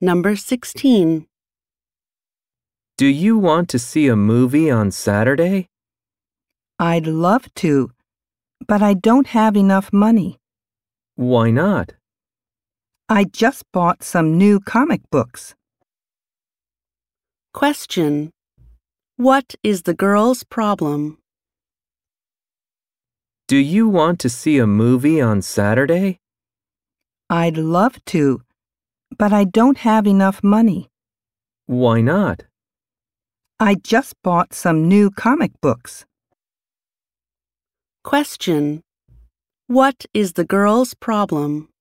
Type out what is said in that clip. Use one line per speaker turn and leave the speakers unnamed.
Number 16.
Do you want to see a movie on Saturday?
I'd love to, but I don't have enough money.
Why not?
I just bought some new comic books.
Question. What is the girl's problem?
Do you want to see a movie on Saturday?
I'd love to, but I don't have enough money.
Why not?
I just bought some new comic books.
Question. What is the girl's problem?